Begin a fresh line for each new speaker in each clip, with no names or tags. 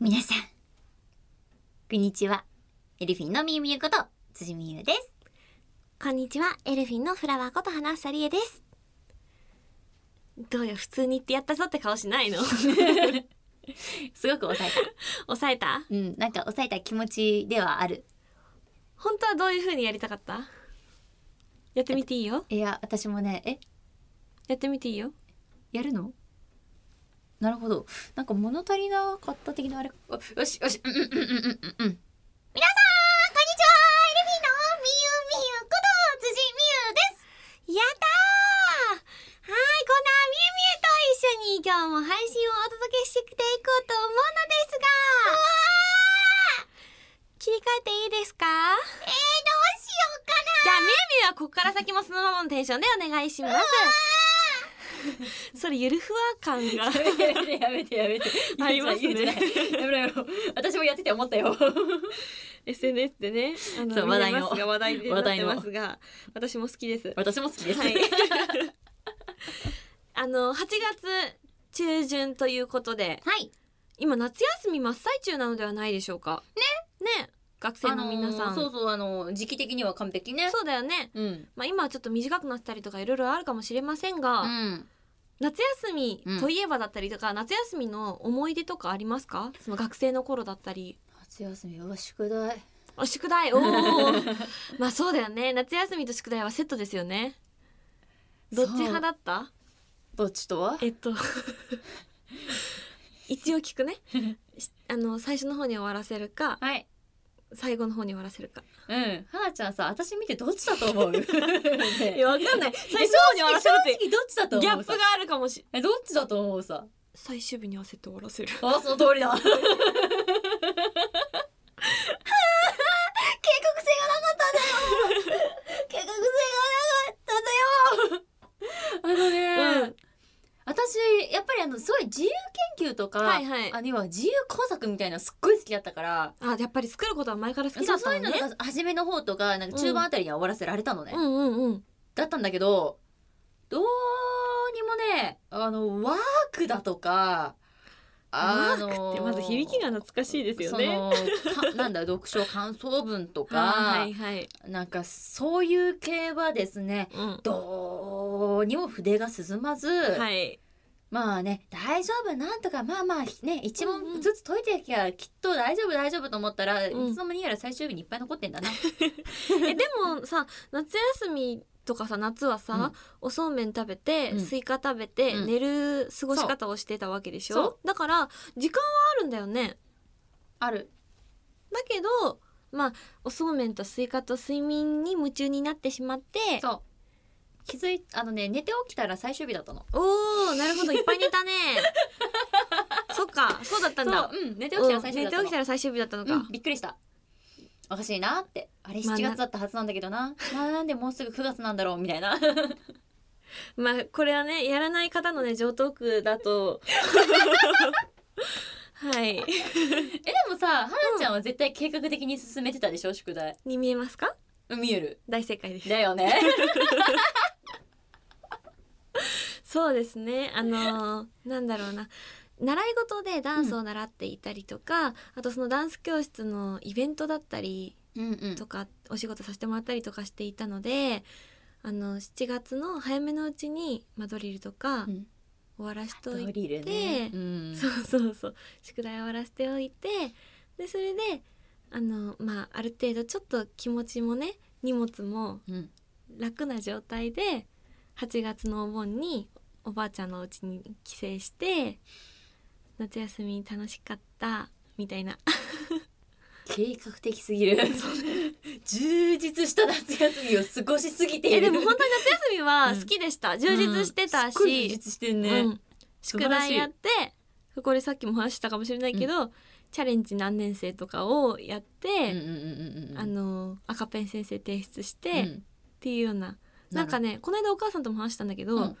皆さん、こんにちは。エルフィンのみゆみゆこと、辻みゆです。
こんにちは、エルフィンのフラワーこと花さりえです。どうよ、普通に言ってやったぞって顔し ないの
すごく抑えた。
抑えた
うん、なんか抑えた気持ちではある。
本当はどういう風にやりたかったやってみていいよ。
いや、私もね、え、
やってみていいよ。
やるのなるほど。なんか物足りなかった的なあれ。あよしよし。うんうんうんうんうんうん。皆さん、こんにちはエルフィンのみゆみゆこと、辻みゆです。
やったーはい、こんなみゆみゆと一緒に今日も配信をお届けしていこうと思うのですが切り替えていいです
え
か
ー、どうしようかな
じゃあみゆみゆはここから先もそのままのテンションでお願いしますそれゆるふわ感が
やめてやめてやめて。
ありますね
言うんじゃないやめろよ。私もやってて思った よ。
SNS でねあ
そう
見れ
話題の
ますが話題にな
話
っ
題
て
の
ますが私も好きです
私も好きです。
はいあの8月中旬ということで
はい
今夏休み真っ最中なのではないでしょうかねね学生の皆さん、
あのーそうそうあのー時期的には完璧ね。
そうだよね
うん。
まあ今はちょっと短くなったりとかいろいろあるかもしれませんが、
うん。
夏休みといえばだったりとか、夏休みの思い出とかありますかその学生の頃だったり
夏休みは宿題。
お宿題お ーまあそうだよね夏休みと宿題はセットですよねどっち派だった
どっちとは？
えっと 一応聞くねしあの最初の方に終わらせるか
はい。
最後の方に終わらせるか
うん。はなちゃんさ、私見てどっちだと 思う？ ね
いやわかんない最
え
初の方に終わら
正
せる
直どっちだと
ってギャ
思
ッ
う
プ
さ
が。あるかもし
えどっちだと思うさ。
最終日に焦って終わらせる
あその通り だ。警告性がなかったんだよ。警告性がなかったんだよ。あのね、
うん
私やっぱりあのすごい自由研究とか、
はいはい
あるいは自由工作みたいなのすっごい好きだったから、
あやっぱり作ることは前から好きだ
そう
っ
そうい
た
う
の
の
ね
が初めの方とかなんか中盤あたりには終わらせられたのね、
うんうんうん
だったんだけどどうにもねあのワークだとか
マ
あの
ークってまず響きが懐かしいですよね。
そのか なんだ読書感想文とか、
あーはいはい。
なんかそういう系はですね
うん。
どうにも筆が進まず、
はい。
まあね大丈夫なんとかまあまあね一
うんう
問
ん
ずつ解いていきゃきっと大丈夫大丈夫と思ったら、
うん
いつの間にやら最終日にいっぱい残ってんだ な。
えでもさ夏休みとかさ夏はさ、
うん
おそうめん食べて、
うん
スイカ食べて、
うん
寝る過ごし方をしてたわけでし
そ
ょ。だから時間はあるんだよね。
ある
だけどまあおそうめんとスイカと睡眠に夢中になってしまって。
そう気づいあのね寝て起きたら最終日だったの。
おおなるほどいっぱい 寝たね。そっかそうだったんだ
そ。ううん寝て
寝
起きたら最終日だって
寝
たの
起きたら最終日だったの
う
か
ん。びっくりしたおかしいなってあれ
まあ
7月だったはずなんだけどな、なんでもうすぐ9月なんだろうみたいな
まあこれはねやらない方のね上等句だと はい
えでもさはなちゃんは絶対計画的に進めてたでしょ宿題
に見えますか
見える
大正解です
だよ ね
そうですねあ のーなんだろうな習い事でダンスを習っていたりとか、あとそのダンス教室のイベントだったり
うんうん
とかお仕事させてもらったりとかしていたのであの7月の早めのうちにまあドリルとか
うん
終わらしとい
ド
て
リルね、うん
そうそうそう宿題終わらせておいてでそれであのまあある程度ちょっと気持ちもね荷物も
うん
楽な状態で8月のお盆におばあちゃんのお家に帰省して夏休み楽しかったみたいな
計画的すぎる 充実した夏休みを過ごしすぎている
えでも本当に夏休みは
うん
好きでした、充実してた
うんすっごい充
し、
実してんね、
うん
素
宿
晴らしい
題やってこれさっきも話したかもしれないけど、チャレンジ何年生とかをやって、
うんうんうんうんうん
あの赤ペン先生提出して、
う
っ
ん
ていうようななんかねこの間お母さんとも話したんだけど、
うん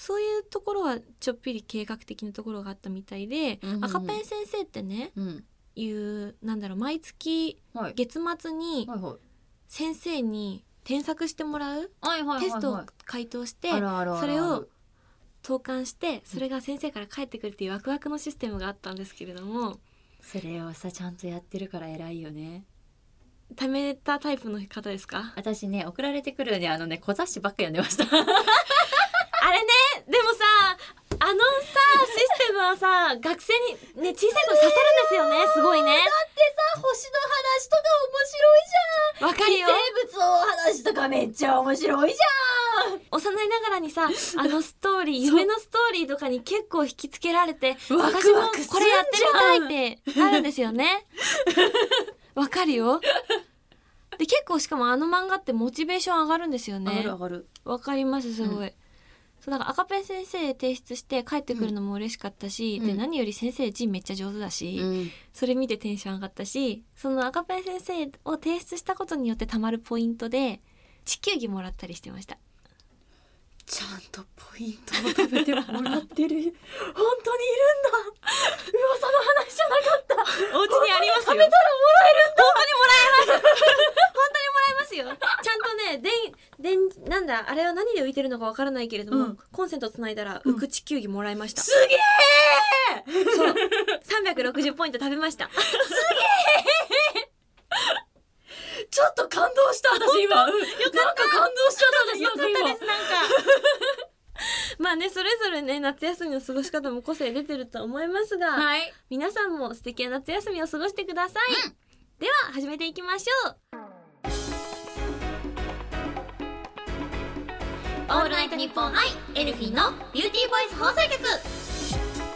そういうところはちょっぴり計画的なところがあったみたいで、
うんうんうん
赤ペン先生ってね
うん
いうなんだろう毎月
はい
月末に
はいはい
先生に添削してもらう
はいはいはいはい
テストを回答して
あるあるあるある
それを投函してそれが先生から返ってくるっていうワクワクのシステムがあったんですけれども
それをさちゃんとやってるから偉いよね
貯めたタイプの方ですか
私ね送られてくるねあのね小雑誌ばっか読んでました
あれねでもさあのさシステムはさ学生にね小さい子に刺さるんですよねすごいね
星の話とか面白いじ
わかるよ
生物の話とかめっちゃ面白いじ
幼いながら にさあのストーリー夢のストーリーとかに結構引きつけられて
ワクワク
私も
すんじゃん
これやってみたいってなるんです よねわかるよで結構しかもあの漫画ってモチベーション上がるんですよ
ゃん、上が
ね
る上がる
わかりますすごい、そうだから赤ペン先生提出して帰ってくるのも嬉しかったし、
うん
で
うん
何より先生字めっちゃ上手だし、それ見てテンション上がったしその赤ペン先生を提出したことによってたまるポイントで地球儀もらったりしてました
ちゃんとポイントを食べてもらってる本当にいるんだ噂の話じゃなかった
お家にありますよ
食べたらもらえるんだ
ますよちゃんとねでんでんなんだあれは何で浮いてるのかわからないけれども、
うん
コンセントつないだら
うん
浮く地球儀もらいました、
すげえ
そう360ポイント食べました
ちょっと感動した私今よかったなんか感動しちゃった私
よかった
なんか今
ですなんかまあねそれぞれね夏休みの過ごし方も個性出てると思いますが、
はい
皆さんも素敵な夏休みを過ごしてください、では始めていきましょう
オールナイトニッポン
アイエルフィンのビューティーボイス放送局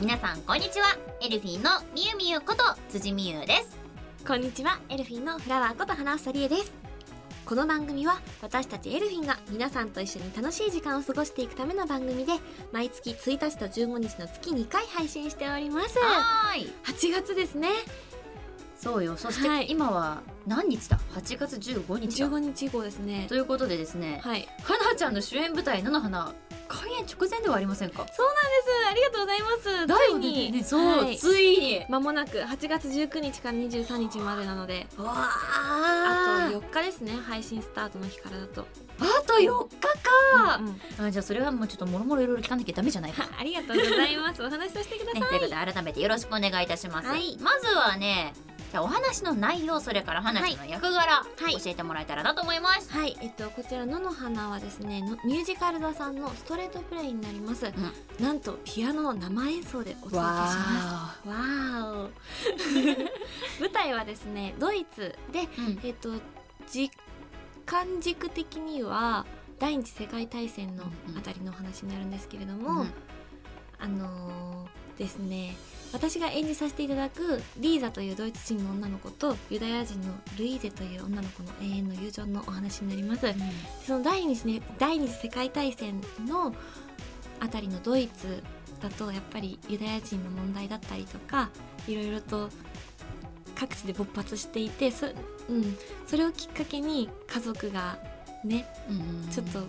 皆さんこんにちはエルフィーのみゆみゆこと辻みゆです
こんにちはエルフィンのフラワーこと花房理恵ですこの番組は私たちエルフィンが皆さんと一緒に楽しい時間を過ごしていくための番組で毎月1日と15日の月2回配信しております
はーい
8月ですね
そうよそし
はい
て今は何日だ8月15日だ
15日以降ですね
ということでですね
はい
はなちゃんの主演舞台「菜の花」開演直前ではありませんか
そうなんですありがとうございます
だよ
ついに、
ねそう、
はい
ついに
間もなく8月19日から23日までなので
わ
あ
あ
と4日ですね配信スタートの日からだと、
あと4日か、
うんうん
あじゃあそれはもうちょっともろもろいろいろ聞かなきゃダメじゃないか、
ありがとうございますお話しさせてください
ね、ということで改めてよろしくお願いいたします、
はい
まずはねじゃあお話の内容それから話の役柄、
い
教えてもらえたらなと思います
はい、えっと、こちら「野の花」はですねのミュージカル座さんのストレートプレイになります、なんとピアノの生演奏でお届けします
わ
わーお 舞台はですねドイツで、
うん
えっと時間軸的には第二次世界大戦のあたりのお話になるんですけれども、
うん
あのーですね私が演じさせていただくリーザというドイツ人の女の子とユダヤ人のルイーゼという女の子の永遠の友情のお話になります。
ー
その第二次,、ね、第二次世界大戦のあたりのドイツだとやっぱりユダヤ人の問題だったりとかいろいろと各地で勃発していてそ,、うん、それをきっかけに家族がね
うん
ちょっと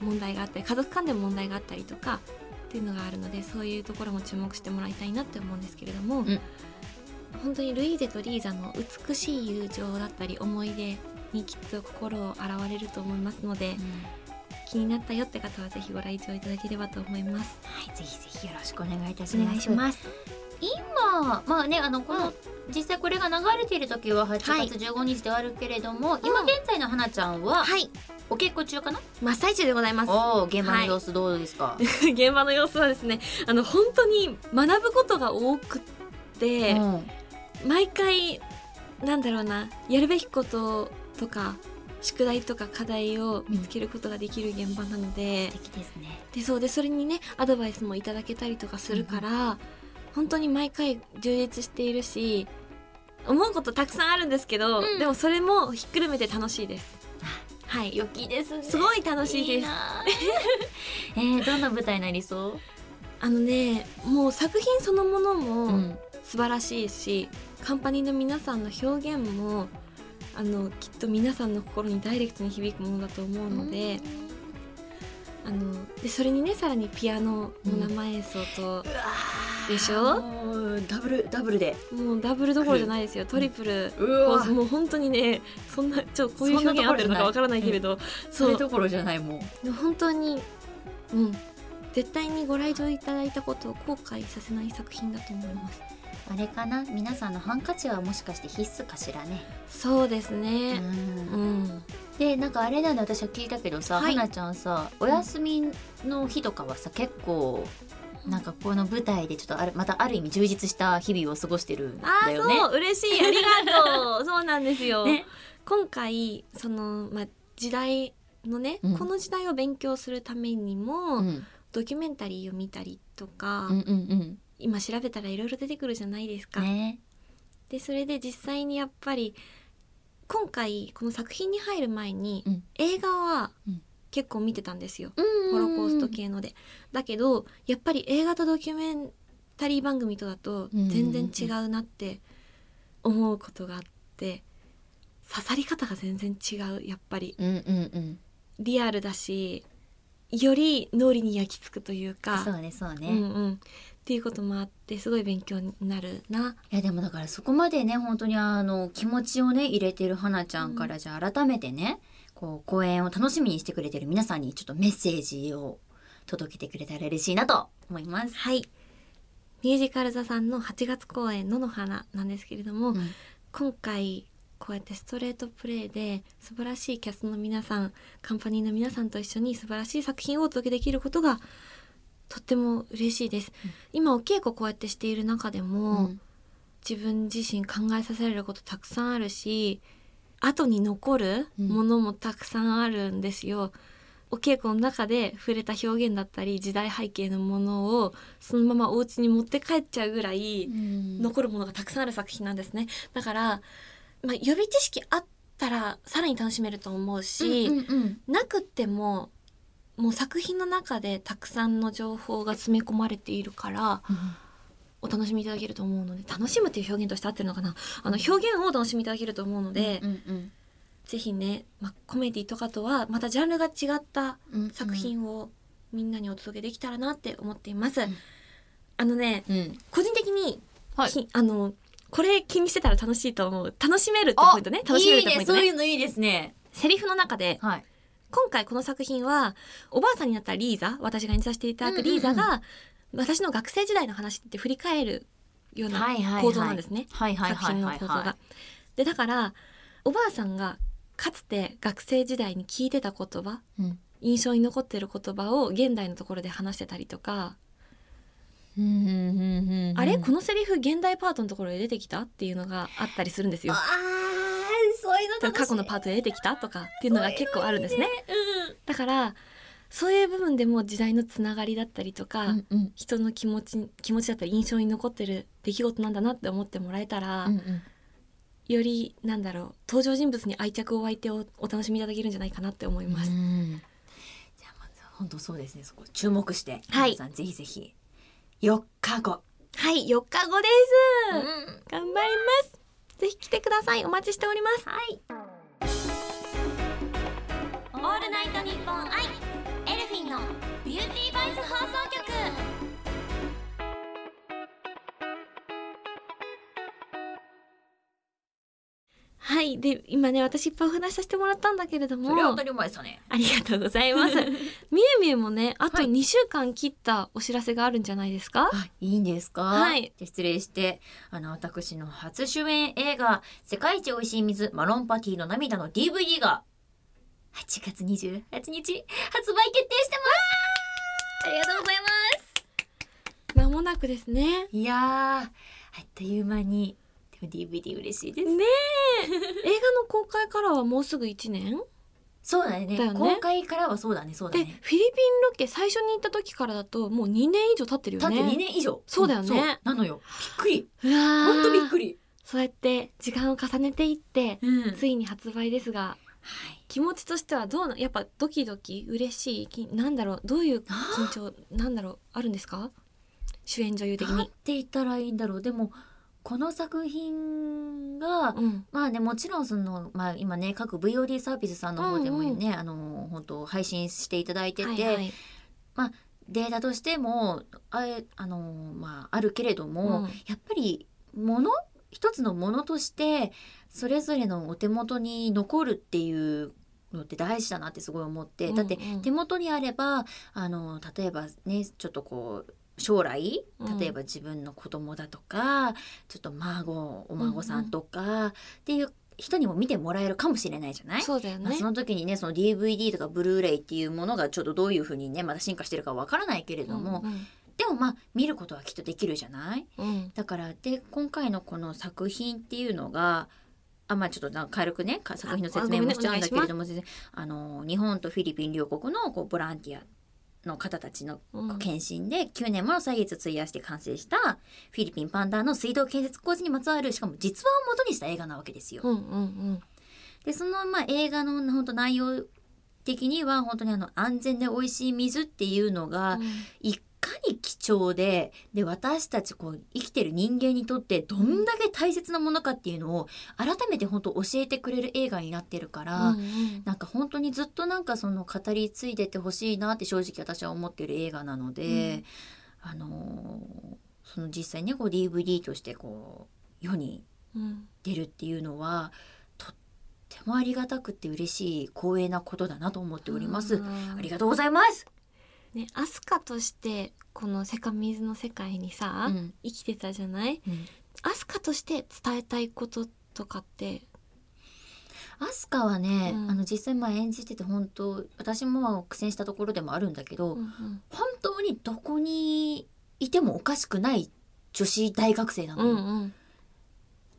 問題があったり家族間でも問題があったりとかっていうのがあるのでそういうところも注目してもらいたいなって思うんですけれども、
ん
本当にルイーゼとリーザの美しい友情だったり思い出にきっと心を洗われると思いますので、
うん
気になったよって方はぜひご来場いただければと思います。
はいぜひぜひよろしくお願いいたし
お
ます
願いします。
今まあねあのこの、
うん
実際これが流れている時は8月15日ではあるけれども、今
うん
現在の花ちゃんは、
はい、
お結婚中かな
真っ最中でございます。
おお現場の様子どうですか、
現場の様子はですね、あの本当に学ぶことが多くって、
うん
毎回なんだろうな、やるべきこととか宿題とか課題を見つけることができる現場なので、
素敵ですね
でそうでそれにねアドバイスもいただけたりとかするから、本当に毎回充実しているし思うことたくさんあるんですけど、
うん
でもそれもひっくるめて楽しいです。はい、
良きですね
すごい楽しいです。
なえー、どんな舞台になりそう、
あのねもう作品そのもの
う
も
ん
素晴らしいし、カンパニーの皆さんの表現もあのきっと皆さんの心にダイレクトに響くものだと思うので、あのでそれにねさらにピアノの生演奏と、でしょ
もうダブルダブルで
もうダブルどころじゃないですよトリプル、
う
こうもう本当にねそんなちょっとこういう表現合ってるのかわからないけれど
そ
そう
れどころじゃないもう
本当にうん絶対にご来場いただいたことを後悔させない作品だと思います
あれかな皆さんのハンカチはもしかして必須かしらね。
そうです
う
ね
ん
うん、
でなんかあれなんで私は聞いたけどさ、
はい
はなちゃんさお休みの日とかはさ結構なんかこの舞台でちょっとあるまたある意味充実した日々を過ごしてるん
ああ
だよね。
そう嬉しいありが とうそうなんですよ、
ね
今回その、まあ、時代のね、
うん
この時代を勉強するためにも、
うん
ドキュメンタリーを見たりとか、
うんうん
今調べたらいろいろ出てくるじゃないです
う
か、
ん。ね。
でそれで実際にやっぱり今回この作品に入る前に、
うん
映画は
うん
結構見てたんですよ、
ホ
ホロコースト系ので。だけどやっぱり映画とドキュメンタリー番組とだと
うん
全然違うなって思うことがあって刺さり方が全然違うやっぱり
うんうんうん。
リアルだしより脳裏に焼き付くというか
そうねそうね。
うんうん、っていうこともあってすごい勉強になるな。
いやでもだからそこまでね本当にあの気持ちをね入れてる花ちゃんから、じゃあ改めてねこう公演を楽しみにしてくれてる皆さんにちょっとメッセージを届けてくれたら嬉しいなと思います。
はいミュージカル座さんの8月公演「野の花」なんですけれども、
うん
今回こうやってストレートプレイで素晴らしいキャストの皆さんカンパニーの皆さんと一緒に素晴らしい作品をお届けできることがとっても嬉しいです、今お稽古こうやってしている中でも、
うん
自分自身考えさせられることたくさんあるし後に残るものもたくさんあるんですよ、お稽古の中で触れた表現だったり時代背景のものをそのままお家に持って帰っちゃうぐらい、残るものがたくさんある作品なんですねだから、まあ、予備知識あったらさらに楽しめると思うし、
うんうん
なくってももう作品の中でたくさんの情報が詰め込まれているからお楽しみいただけると思うので楽しむっていう表現として合ってるのかなあの表現を楽しみいただけると思うので、
うんうん
ぜひね、まあ、コメディとかとはまたジャンルが違った
うんうん
作、品をみんなにお届けできたらなって思っています。
ん
あのね
うん、
個人的に、
はい
きあのこれ気にしてたら楽しいと思う楽しめるってポイントね楽しめるってポイント
いいねそう
ね
いうのいいですね
セリフの中で
はい
今回この作品はおばあさんになったリーザ私が演じさせていただくリーザが、
うん
私の学生時代の話って振り返るよう
は
ない
はいはい
構造なんですね、
はいはい
作
はい
品の
はい
構造が。
は
でだからおばあさんがかつて学生時代に聞いてた言葉
いうん
印象に残ってる言葉を現代のところで話してたりとか、
うんうんうんうん
あれこのセリフ現代パートのところで出てきたっていうのがあったりするんですよ
あ。ーそういうの楽しい
過去のパートで出てきたとかっていうのが結構あるんですね。
うん
だからそういう部分でも時代のつながりだったりとか、
うんうん
人の気持ち気持ちだったり印象に残ってる出来事なんだなって思ってもらえたら、
うんうん
よりなんだろう登場人物に愛着を湧いておお楽しみいただけるんじゃないかなって思います。
うんじゃあまず本当そうですねそこ注目して、
はい
皆さんぜひぜひ4日後、
はい4日後で
う
す、
ん
頑張りますぜひ来てくださいお待ちしております
はいオールナイトニッポンアイエルフィンのビューティーバイス放送局
はいで今ね私いっぱいお話しさせてもらったんだけれども
それは当たり前ですね
ありがとうござい ます。みゆみゆもね、あと
はい
2週間切ったお知らせがあるんじゃないですか。
あいいんですか、
はい
じゃあ失礼してあの私の初主演映画「世界一おいしい水マロンパティの涙」の DVD が8月28日発売決定してますありがとうございます
まもなくですね。
いやーあっという間にでも DVD 嬉しいです、
ねえ、 映画の公開からはもうすぐ1年。
そうだね
だよね
公開からはそうだねそうだ
で、フィ
ね
リピンロケ最初に行った時からだと、もう2年以上経ってる
た
よ
って
ね。
2年以上
そうだよね
そなのよびっくり
うわー
ほんとびっくり
そうやって時間を重ねていって、
うんはい
ついに発売ですが。気持ちとしてはどうなやっぱドキドキ嬉しいきなんだろうどういう緊張なんだろうあるんですか主演女優的
なん
に
て言ったらいいんだろうでもこの作品が
うん
まあねもちろんその、まあ、今ね各 VOD サービスさんの方でもね、
うんうん
あの本当配信していただいてて、
はいはい
データとしてもあえあの、まあ、あるけれども、
うん
やっぱりもの一つのものとしてそれぞれのお手元に残るっていうのって大事だなってすごい思って、だって
うんうん
手元にあればあの例えばねちょっとこう将来
うん
例えば自分の子供だとか、ちょっと孫お孫さんとか、っていう人にも見てもらえるかもしれないじゃない
そうだよ
まあ
ね
そ。の時にねその DVD とかブルーレイっていうものがちょっとどういうふうにねまだ進化してるかわからないけれども、
うん
でもまあ見ることはきっとできるじゃない
うん
だからで今回のこの作品っていうのがあまあちょっとなんか軽くねか作品の説明もしちゃうんだけれども全然あの日本とフィリピン両国のこうボランティアの方たちの
うんうん
検診で9年もの歳月を費やして完成したフィリピンパンダの水道建設工事にまつわるしかも実話を元にした映画なわけですよ。
うんうん
でそのまあ映画の本当内容的には本当にあの安全で美味しい水っていうのが、いかに貴重でで私たちこう生きてる人間にとってどんだけ大切なものかっていうのを改めて本当教えてくれる映画になってるから、
うんうん
なんか本当にずっとなんかその語り継いでてほしいなって正直私は思ってる映画なので、あのーその実際ねこう DVD としてこう世に
うん
出るっていうのはとってもありがたくて嬉しい光栄なことだなと思っております。
あ
あ
り
りがとうございます。
ね、アスカとしてこのセカミズの世界にさ、
うん
生きてたじゃない
うん
アスカとして伝えたいこととかって
アスカはね、
うん
あの実際まあ演じてて本当私も苦戦したところでもあるんだけど、
うん
本当にどこにいてもおかしくない女子大学生な
う
の
ん
よ、
うん
う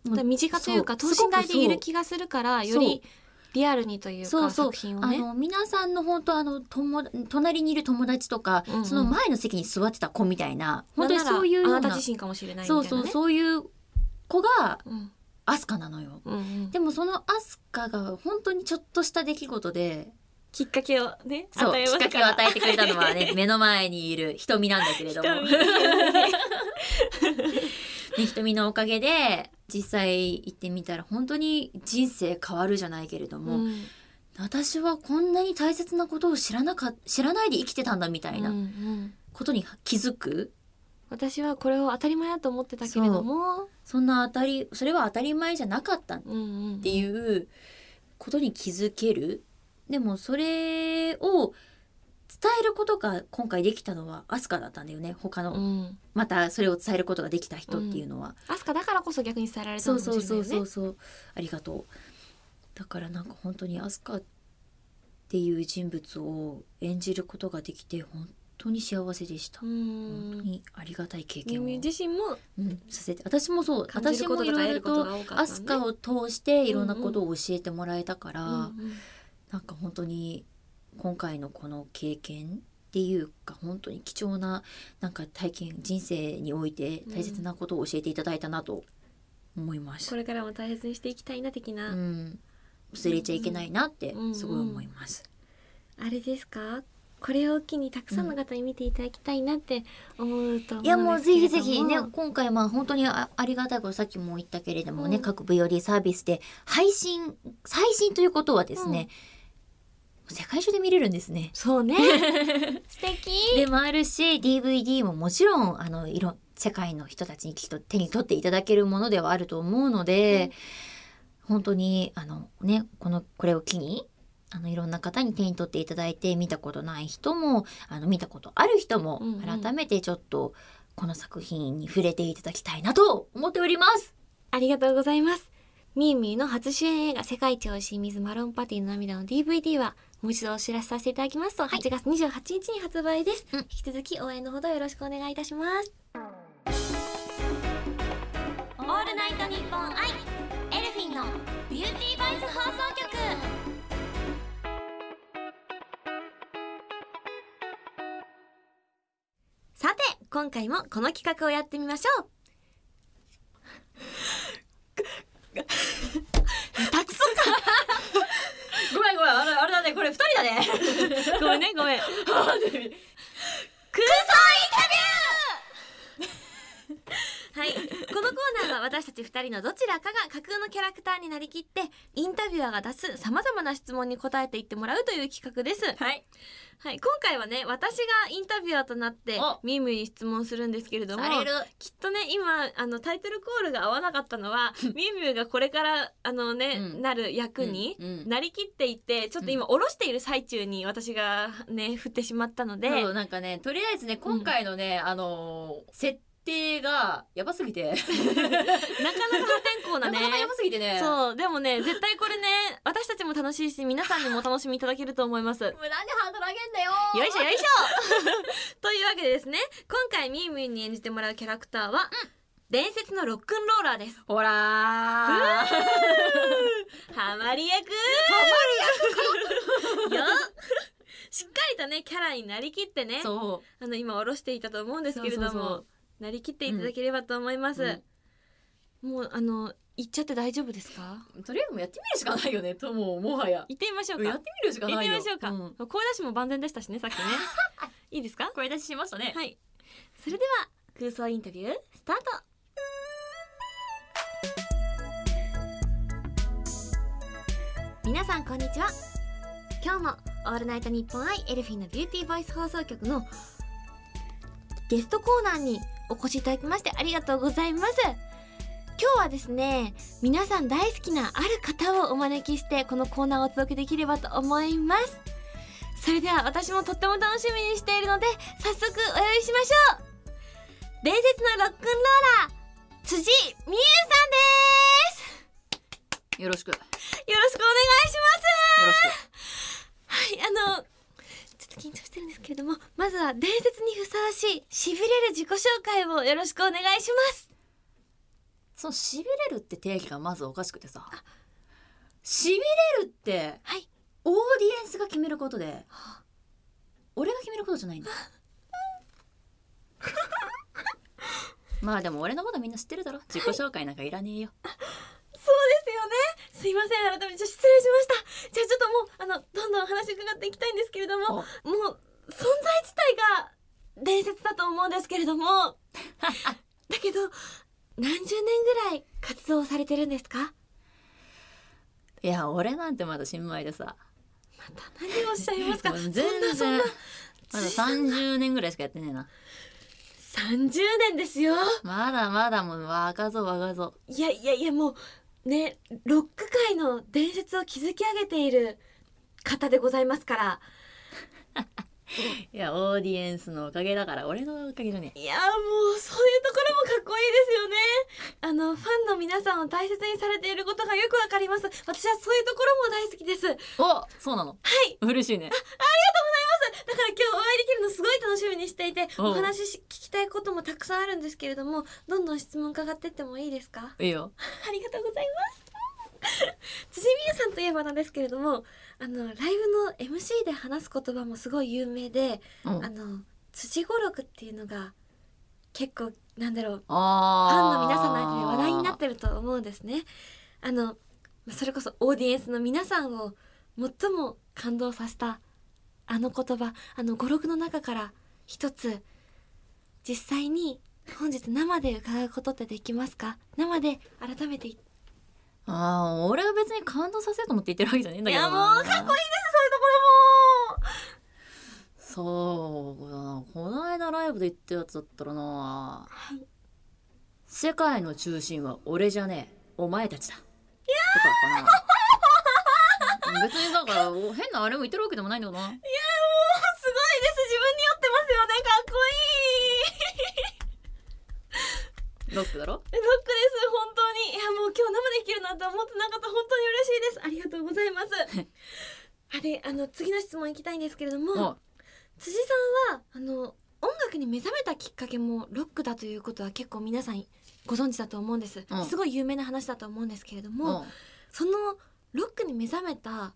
だから身近というか等
そう
身大でいる
すごく
気がするから
そう
よりリアルにというか
そうそう
作品を
そうあ
ね
の皆さんの本当あの友隣にいる友達とか、
うんうん
その前の席に座ってた子みたいな本当に
なんなら
そういうような
あなた自身かもしれないみたい
そ
な
う
ね
そうそういう子が
うん
アスカなのよ。
うんうん
でもそのアスカが本当にちょっとした出来事で
きっかけをね
そう
与え
き
ま
っ
す
かけを与えてくれたのはね 目の前にいる瞳なんだけれども ね瞳のおかげで実際行ってみたら本当に人生変わるじゃないけれども、
み
私はこんなに大切なことを知らなか知らないで生きてたんだみたいなことに気づく、
私はこれを当たり前だと思ってたけれども
そんな当たりそれは当たり前じゃなかった
うんうん
っていうことに気づけるでもそれを伝えることが今回できたのはアスカだったんだよね他の、
うん
またそれを伝えることができた人っていうのは、
アスカだからこそ逆に伝えられた
そ
の
う
か
そ
も
う
し
そ
れ
う
ない
そうそ
よね
うありがとうだからなんか本当にアスカっていう人物を演じることができて本当に幸せでした、
う
本当
ん
にありがたい経
ゆ
験を、
み自身も
うんさせて私もそう
感じ
私
るこ
も
と
い
と
ろ
か得
いろ
ること
と
が多かった
アスカ
を
を通していろんなことを教えてもらえたから、なんか本当に今回のこの経験っていうか本当に貴重ななんか体験人生において大切なことを教えていただいたなと思いまし
こ
た。
れからも大切にしていきたいな的
う
な、
ん、忘れちゃいけないなって
うん
すごい思います。
あれですかこれを機にたくさんの方に見ていただきたいなって思うと思うんですけれども、
いやもうぜひぜひ ね今回まあ本当にあありがたいことさっきも言ったけれどもね、
うん
各 VOD サービスで配信最新ということはですね、世界中で見れるんですね。
そう ね素敵
でもあるし DVD ももちろんあのいろ世界の人たちにきっと手に取っていただけるものではあると思うので、本当にあのねこのこれを機にあのいろんな方に手に取っていただいて見たことない人もあの見たことある人も
うんうん
改めてちょっとこの作品に触れていただきたいなと思っております。
ありがとうございますみーみーの初主演映画「世界一おいしい水マロンパティの涙」の DVD はもう一度お知らせさせていただきますと、8月28日に発売です、
うん
引き続き応援のほどよろしくお願いいたします
オールナイトニッポン愛エルフィンのビューティーバイス放送局
さて今回もこの企画をやってみましょう
ごめんごめんあれあれだねこれ2人だね
ごめんねごめん
空想インタビュー
はい。このコーナーは私たち二人のどちらかが架空のキャラクターになりきって、インタビュアーが出す様々な質問に答えていってもらうという企画です。
はい。
はい。今回はね、私がインタビュアーとなって
お、
ミームイに質問するんですけれども、
される。
きっとね、今、あの、タイトルコールが合わなかったのは、ミュウミュウがこれから、あのね、
うん
なる役に、
うんうん
なりきっていて、ちょっと今、下ろしている最中に私がね、振ってしまったので、
そうなんかねとりあえずね今回のね、あのー設定がやばすぎて
なかなか破天荒な
な
ね
か。なかやばすぎてね
そう、でもね、絶対これね、私たちも楽しいし、皆さんにもお楽しみいただけると思います。よ
もうなんでハードル上げんだよ
いしょ よいしょというわけでですね、今回ミームイに演じてもらうキャラクターは、伝説のロックンローラーです。
ほらー
ハマり役ハマり役 よしっかりとね、キャラになりきってね、
そ
あの、今、おろしていたと思うんですけれども、
そうそうそう
なりきっていただければと思います。もう、あの、行っちゃって大丈夫ですか
うとりあえずもうやってみるしかないよねともうもはや
行ってみましょ
やっ
う
て
か。
みるしか
行っ
ない
てみ
よ
ましょうか。
ん
声出しも万全でしたしね、さっ きね。いいですか
声出ししましたね
はい。それでは、空想インタビュー、スタート皆さん、こんにちは。今日も、オールナイトニッポンアイエルフィンのビューティーボイス放送局のゲストコーナーにお越しいただきましてありがとうございます。今日はですね、皆さん大好きなある方をお招きして、このコーナーをお届けできればと思います。それでは私もとっても楽しみにしているので、早速お呼びしましょう伝説のロックンローラー、辻美優さん
よろしくよ
ですよろしくお願いしま
ろしく
すはい、あの、ちょっと緊張してるんですけれども、まずは伝説にふさわしい、痺れる自己紹介をよろしくお願いします
そのしびれるって定義がまずおかしくてさしびれるって
はい。
オーディエンスが決めることで俺が決めることじゃ ないんだまあでも俺のことみんな知ってるだろ自己紹介なんかいらねえよ
そうですよねすいません、改めて失礼しましたじゃあちょっともう、あの、どんどんお話伺っていきたいんですけれども、もう、存在自体が伝説だと思うんですけれ ども、だけど、何十年ぐらい活動されてるんですか
いや俺なんてまだ新米でさ
また何をおっしゃいますか
もう
そん
全
なそん
然
な
まだ30年ぐらいしかやってねえな
30年ですよ
まだまだもう若造若造
いやいやいやもうねロック界の伝説を築き上げている方でございますから
いやオーディエンスのおかげだから俺のおかげじゃねえ
いやもうそういうところもかっこいいですよねあのファンの皆さんを大切にされていることがよくわかります私はそういうところも大好きです
おそうなの
はい
嬉しいね
だから今日お会いできるのすごい楽しみにしていて
おう
お話し聞きたいこともたくさんあるんですけれどもどんどん質問伺ってってもいいですか
いいよ
ありがとうございます辻美優さんといえばなんですけれどもあのライブの MC で話す言葉もすごい有名で
うん
あの辻語録っていうのが結構なんだろうファン
あ
の皆さんの間で話題になっててると思うんですね。あの、まあそれこそオーディエンスの皆さんを最も感動させたあの言葉、あの語録の中から一つ、実際に本日生で伺うことってできますか生で改めて言って
ああ俺は別に感動させようと思って言ってるわけじゃねえんだけどない
やもうかっこいい
そうだなこの間ライブで言ったやつだったらな
そういうところ
世
も。
界の中心は俺じゃねえお前たちだとかかな別にだからお変なあれも言ってるわけでもないんだよな
すごいです自分に酔ってますよねかっこいい
ロックだろ
ロックです本当にいやもう今日生でできるなんて思ってなかった本当に嬉しいですありがとうございます あれあの次の質問いきたいんですけれども
も
辻さんはあの音楽に目覚めたきっかけもロックだということは結構皆さんご存知だと思うんです、
うん
すごい有名な話だと思うんですけれど
う
も、そのロックに目覚めた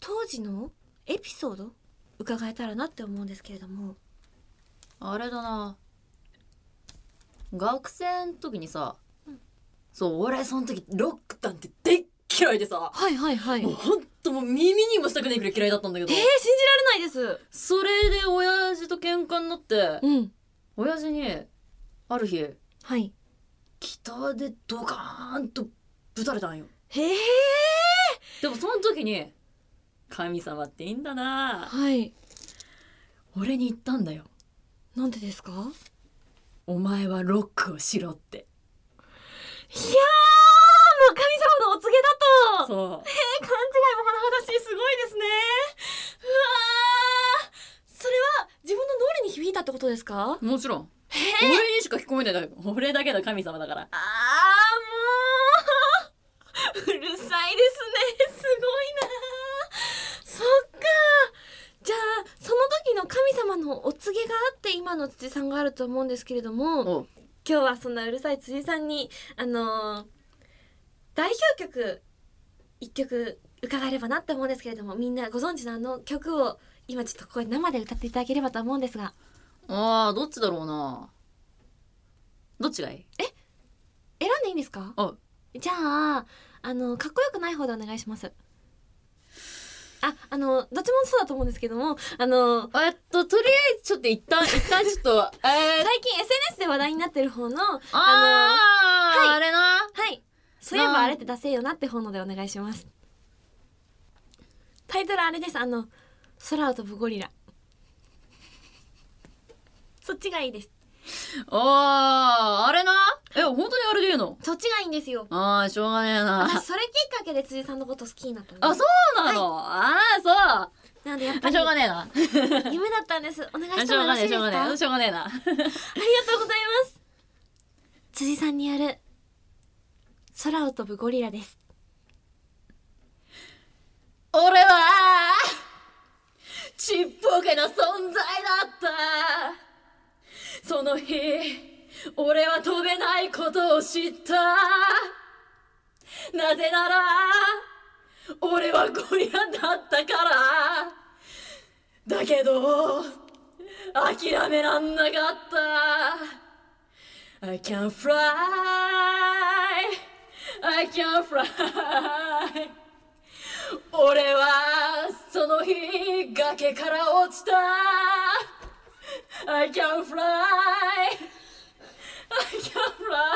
当時のエピソード伺えたらなって思うんですけれども
うんあれだな学生の時にさ、そう俺その時ロックなんてでっ嫌いでさ
はいはいはいえ
もう
ー、信
ほんともう耳にもしたくないくらい嫌いだったんだけど、
じられないです
それで親父と喧嘩になって、
うん
親父にある日
はい
ギターでドカーンとぶたれたんよ
へえ
でもその時に神様っていいんだな
はい
俺に言ったんだよ
なんでですかいや
お前はロックをしろって
ーもう神様のお告げだと
そう
え勘違いも甚だしいすごいですねうわーそれは自分の脳裏に響いたってことですか
もちろん。俺にしか聞こえないだけ。俺だけだ神様だから。
あーもううるさいですねすごいなそっかじゃあその時の神様のお告げがあって今の辻さんがあると思うんですけれども
お
今日はそんなうるさい辻さんにあのー代表曲一曲伺えればなって思うんですけれどもみんなご存知のあの曲を今ちょっとここで生で歌っていただければと思うんですが
ああ、どっちだろうな。どっちがいい
選んでいいんですか
あ
じゃああのかっこよくない方でお願いしますああのどっちもそうだと思うんですけどもあの
えっと、とりあえずちょっと一 旦、一旦ちょっと、え
最
ー、
近 SNS で話題になってる方のは
あー、
あのはい
あれな。
いそういえ
な
ばあれって出せよなって方のでお願いしますタイトルあれですあの空を飛ぶゴリラそっちがいいです
あー、あれな。え、本当にあれでいいの
そっちがいいんですよ
あー、しょうがねえな。
私それきっかけで辻さんのこと好きになったの
あ、そうなの、あー、そう。
なんでやっぱ
あ、
り
しょうがねえな。
夢だったんですお願い
あ
し
してょう
もよろ
が
し
ね
い
え、
です
しょうがね
か
え、しょうがねえな。
ありがとうございます。辻さんによる空を飛ぶゴリラです。
俺はちっぽけな存在だったその日俺は飛べないことを知ったなぜなら俺はゴリラだったからだけど諦めらんなかった I can fly I can fly 俺はその日崖から落ちた I can fly I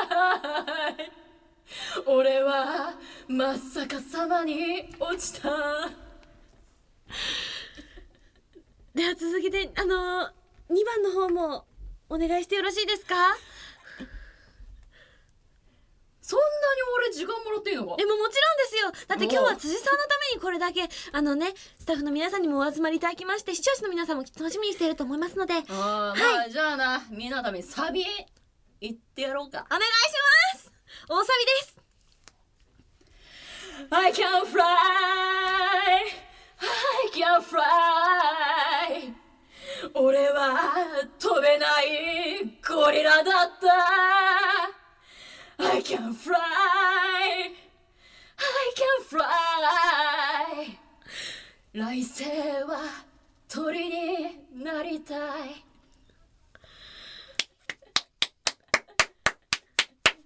can fly 俺はまっさかさまに落ちた
では続けてあのー、2番の方もお願いしてよろしいですか
そんなに俺時間もらっていいのか
えもうもちろんですよだって今日は辻さんのためにこれだけあのねスタッフの皆さんにもお集まりいただきまして視聴者の皆さんもきっと楽しみにしていると思いますのでお願いし
あー、まあじゃあなみんなのためにサビ行ってやろうか
ます大サビです
I can fly I can fly 俺は飛べないゴリラだった I can fly I can fly 来世は鳥になりたい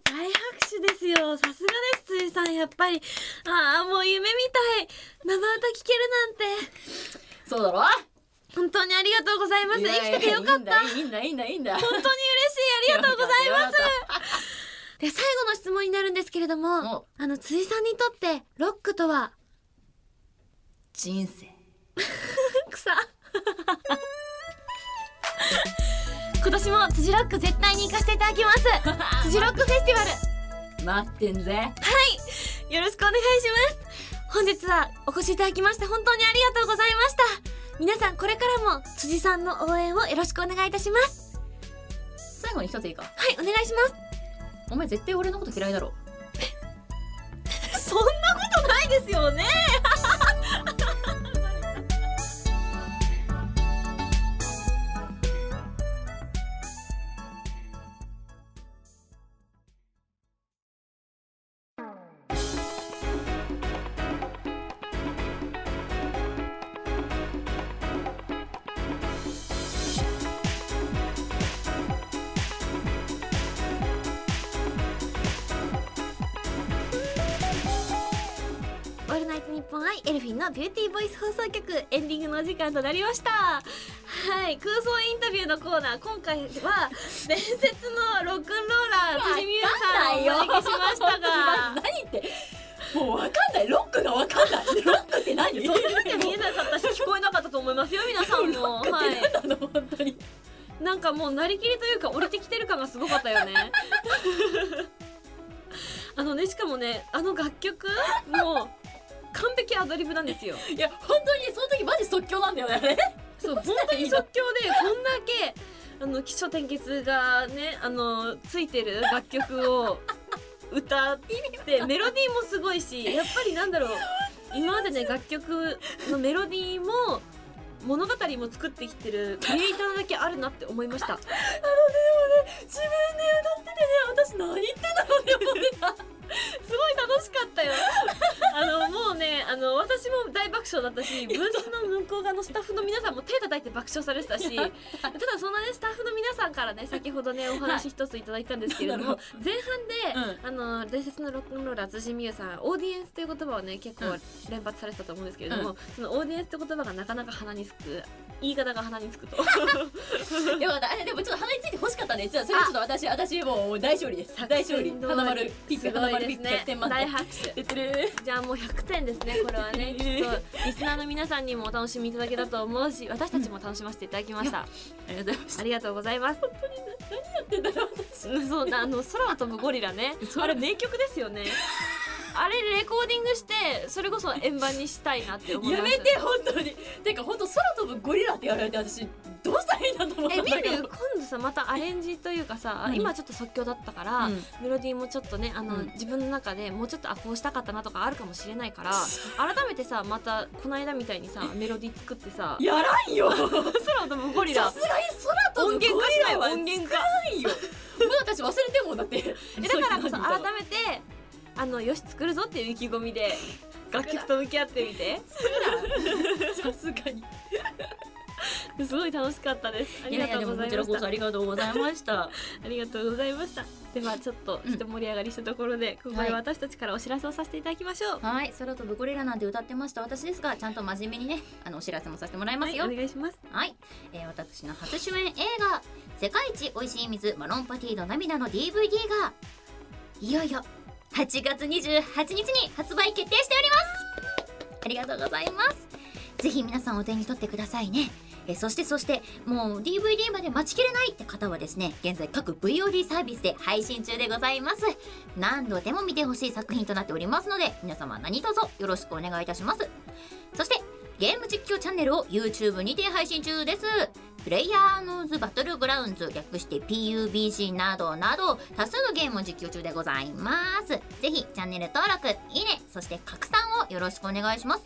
大拍手ですよさすがです辻さんやっぱりああもう夢みたい生歌聴けるなんて
そうだろ
本当にありがとうございます。
いやい
生
や
きててよかった。本
いいんだいいんだいいんだいいんだ
当に嬉しい。ありがとうございま
よかったよ
す。で、最後の質問になるんですけれど
かった
も、あの、辻さんにとって、ロックとは、
人 生
草。今年も辻ロック絶対に行かせていただきます。辻ロックフェスティバル。
待ってんぜ
よろしくお願いします本日はお越しいただきまして本当にありがとうございました皆さんこれからも辻さんの応援をよろしくお願いいたします
最後に一ついいか
はいお願いし
お前絶対俺のこと嫌いだろ
ます そんなことないですよねオールナイトニッポンアイエルフィンのビューティーボイス放送局エンディングのお時間となりましたははい、空想インタビューのコーナー、今回は伝説のロックンローラー辻美優さんをお招きしましたが、
何ってもうわかんないロックがわかんないロックって何
そんなわけ見えなかったし聞こえなかったと思いますよ皆さんも、はい、
あの本当に
なんかもうなりきりというか降りてきてる感がすごかったよね。あのねしかもねあの楽曲もう完璧アドリブなんですよ。
いや本当にその時マジ即興なんだよねあれ
そう本当に即興でこんだけあの起承転結がねあのついてる楽曲を歌ってメロディーもすごいしやっぱりなんだろう今までね楽曲のメロディーも物語も作ってきてるクリエイターだけあるなって思いました。
自分で歌っててね私何言ってんだろうって思ってた
すごい楽しかったよ。 あのもうね、あの私も大爆笑だったし、ブースの向こう側のスタッフの皆さんも手叩いて爆笑されてたし、ただそのねスタッフの皆さんからね先ほどねお話一ついただいたんですけれども、
はい
前半で、あの伝説のロックンローラー辻美優さん、オーディエンスという言葉をね結構
う
連発されてたと思うんですけれども、
う
そのオーディエンスという言葉がなかなか鼻につく、言い方が鼻につ くと。
いやまたあれでもちょっと鼻について欲しかったねじゃあそれはちょっと私私もう大勝利です大勝利
すごい
花丸ピッ
す
ピ
ご
花
い
丸
で
ピ
す
ッピ
ね
100点。満
大
点
拍手。
出てる
じゃあもう100点ですねこれはね きっとリスナーの皆さんにもお楽しみいただけたと思うし私たちも楽しませていただきました、
ありがとうございまし
ありがとうございますうん そうあの空を飛ぶゴリラね
そう
あれ名曲です よねあれレコーディングしてそれこそ円盤にしたいなって思い
や
ます
めて本当にてか本当空飛ぶゴリラって言われて私どうしたらいいんだと思った
え
んだ
み
け
ゆ
ど
みゆ今度さまたアレンジというかさ
何
今ちょっと即興だったから、
うん
メロディーもちょっとねあの、
うん
自分の中でもうちょっとあこうしたかったなとかあるかもしれない から改めてさまたこの間みたいにさメロディー作ってさ
やらん よ
空飛ぶゴリラ
さすがに空飛ぶ
音源化しな
ゴリ
い
ラは
音源化
ないよもう私忘れてるもんだって
えだからこそ
そう
改めてあのよし作るぞっていう意気込みで楽曲と向き合ってみて
さすがに
すごい楽しかったですあり
やや
がと
で
うご
も
ざ
こち
いま
ら
し
こ
た
そありがとうございました
ありがとうございましたではちょっと
うん
一盛り上がりしたところで、ここ
は
で
い
私たちからお知らせをさせていただきましょう、
はい空飛ぶゴリラなんて歌ってました私ですがちゃんと真面目にねあのお知らせもさせてもらいま
は
す
い
よ
お願いします
はい、えー私の初主演映画「世界一おいしい水マロンパティの涙」の DVD がいよいよ8月28日に発売決定しておりますありがとうございますぜひ皆さんお手に取ってくださいねえーそしてそしてもう DVD まで待ちきれないって方はですね現在各 VOD サービスで配信中でございます何度でも見てほしい作品となっておりますので皆様何卒よろしくお願いいたしますそしてゲーム実況チャンネルを YouTube にて配信中です。プレイヤーノーズバトルグラウンズ、略して PUBG などなど、多数のゲームを実況中でございます。ぜひ、チャンネル登録、いいね、そして拡散をよろしくお願いします。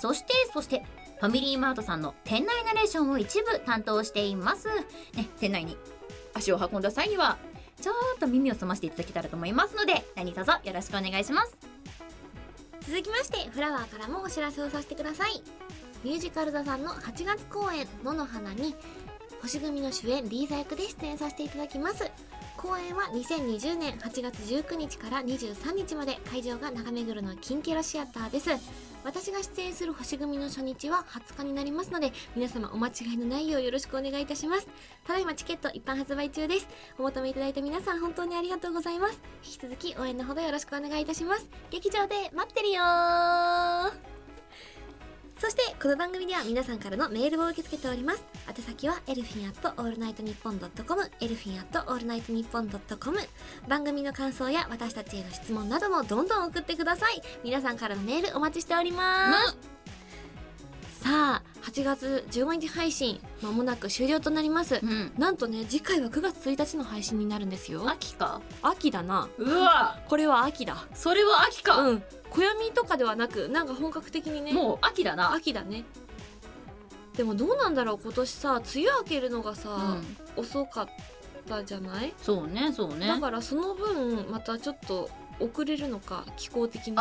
そして、そして、ファミリーマートさんの店内ナレーションを一部担当しています。ね、店内に足を運んだ際には、ちょっと耳を澄ましていただけたらと思いますので、何卒よろしくお願いします。
続きましてフラワーからもお知らせをさせてくださいミュージカル座さんの8月公演「野の花」に星組の主演リーザ役で出演させていただきます公演は2020年8月19日から23日まで会場が中目黒のキンケロシアターです私が出演する星組の初日は20日になりますので皆様お間違いのないようよろしくお願いいたしますただいまチケット一般発売中ですお求めいただいた皆さん本当にありがとうございます引き続き応援のほどよろしくお願いいたします劇場で待ってるよーそしてこの番組では皆さんからのメールを受け付けております宛先はエルフィンアットオールナイトニッポンドットコムエルフィンアットオールナイトニッポンドットコム番組の感想や私たちへの質問などもどんどん送ってください皆さんからのメールお待ちしております、さあ8月15日配信まもなく終了となります
うん。
なんとね次回は9月1日の配信になるんですよ
秋か
秋だな
うわ
これは秋だ
それは秋か、
うん暦とかではなくなんか本格的にね
もう秋だな
秋だねでもどうなんだろう今年さ梅雨明けるのが
う
さ、
ん、
遅かったじゃない
そうねそうね
だからその分またちょっと遅れるのか気候的な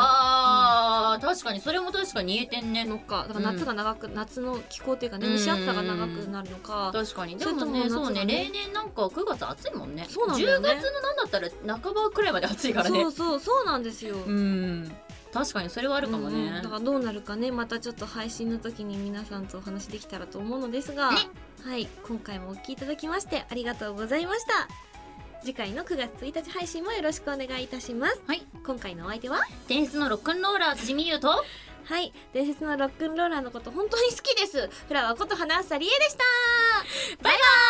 あー、確かにそれも確かに言えてんね
のかだから夏が長く、夏の気候というかね蒸し暑さが長くなるのか、
確かにで
それ
も
とも
ね
夏
そうね
がね
例年なんか9月暑いもんね
そうなんだよね
10月のなんだったら半ばくらいまで暑いからね
そうそうそうなんですよ、
うん確かにそれはあるかもね、
うんうんだからどうなるかねまたちょっと配信の時に皆さんとお話できたらと思うのですが、
ね
はい今回もお聞きいただきましてありがとうございました次回の9月1日配信もよろしくお願いいたします
はい
今回のお相手は
伝説のロックンローラー辻美優と
はい伝説のロックンローラーのこと本当に好きですフラワーこと花浅理恵でした
バイバイ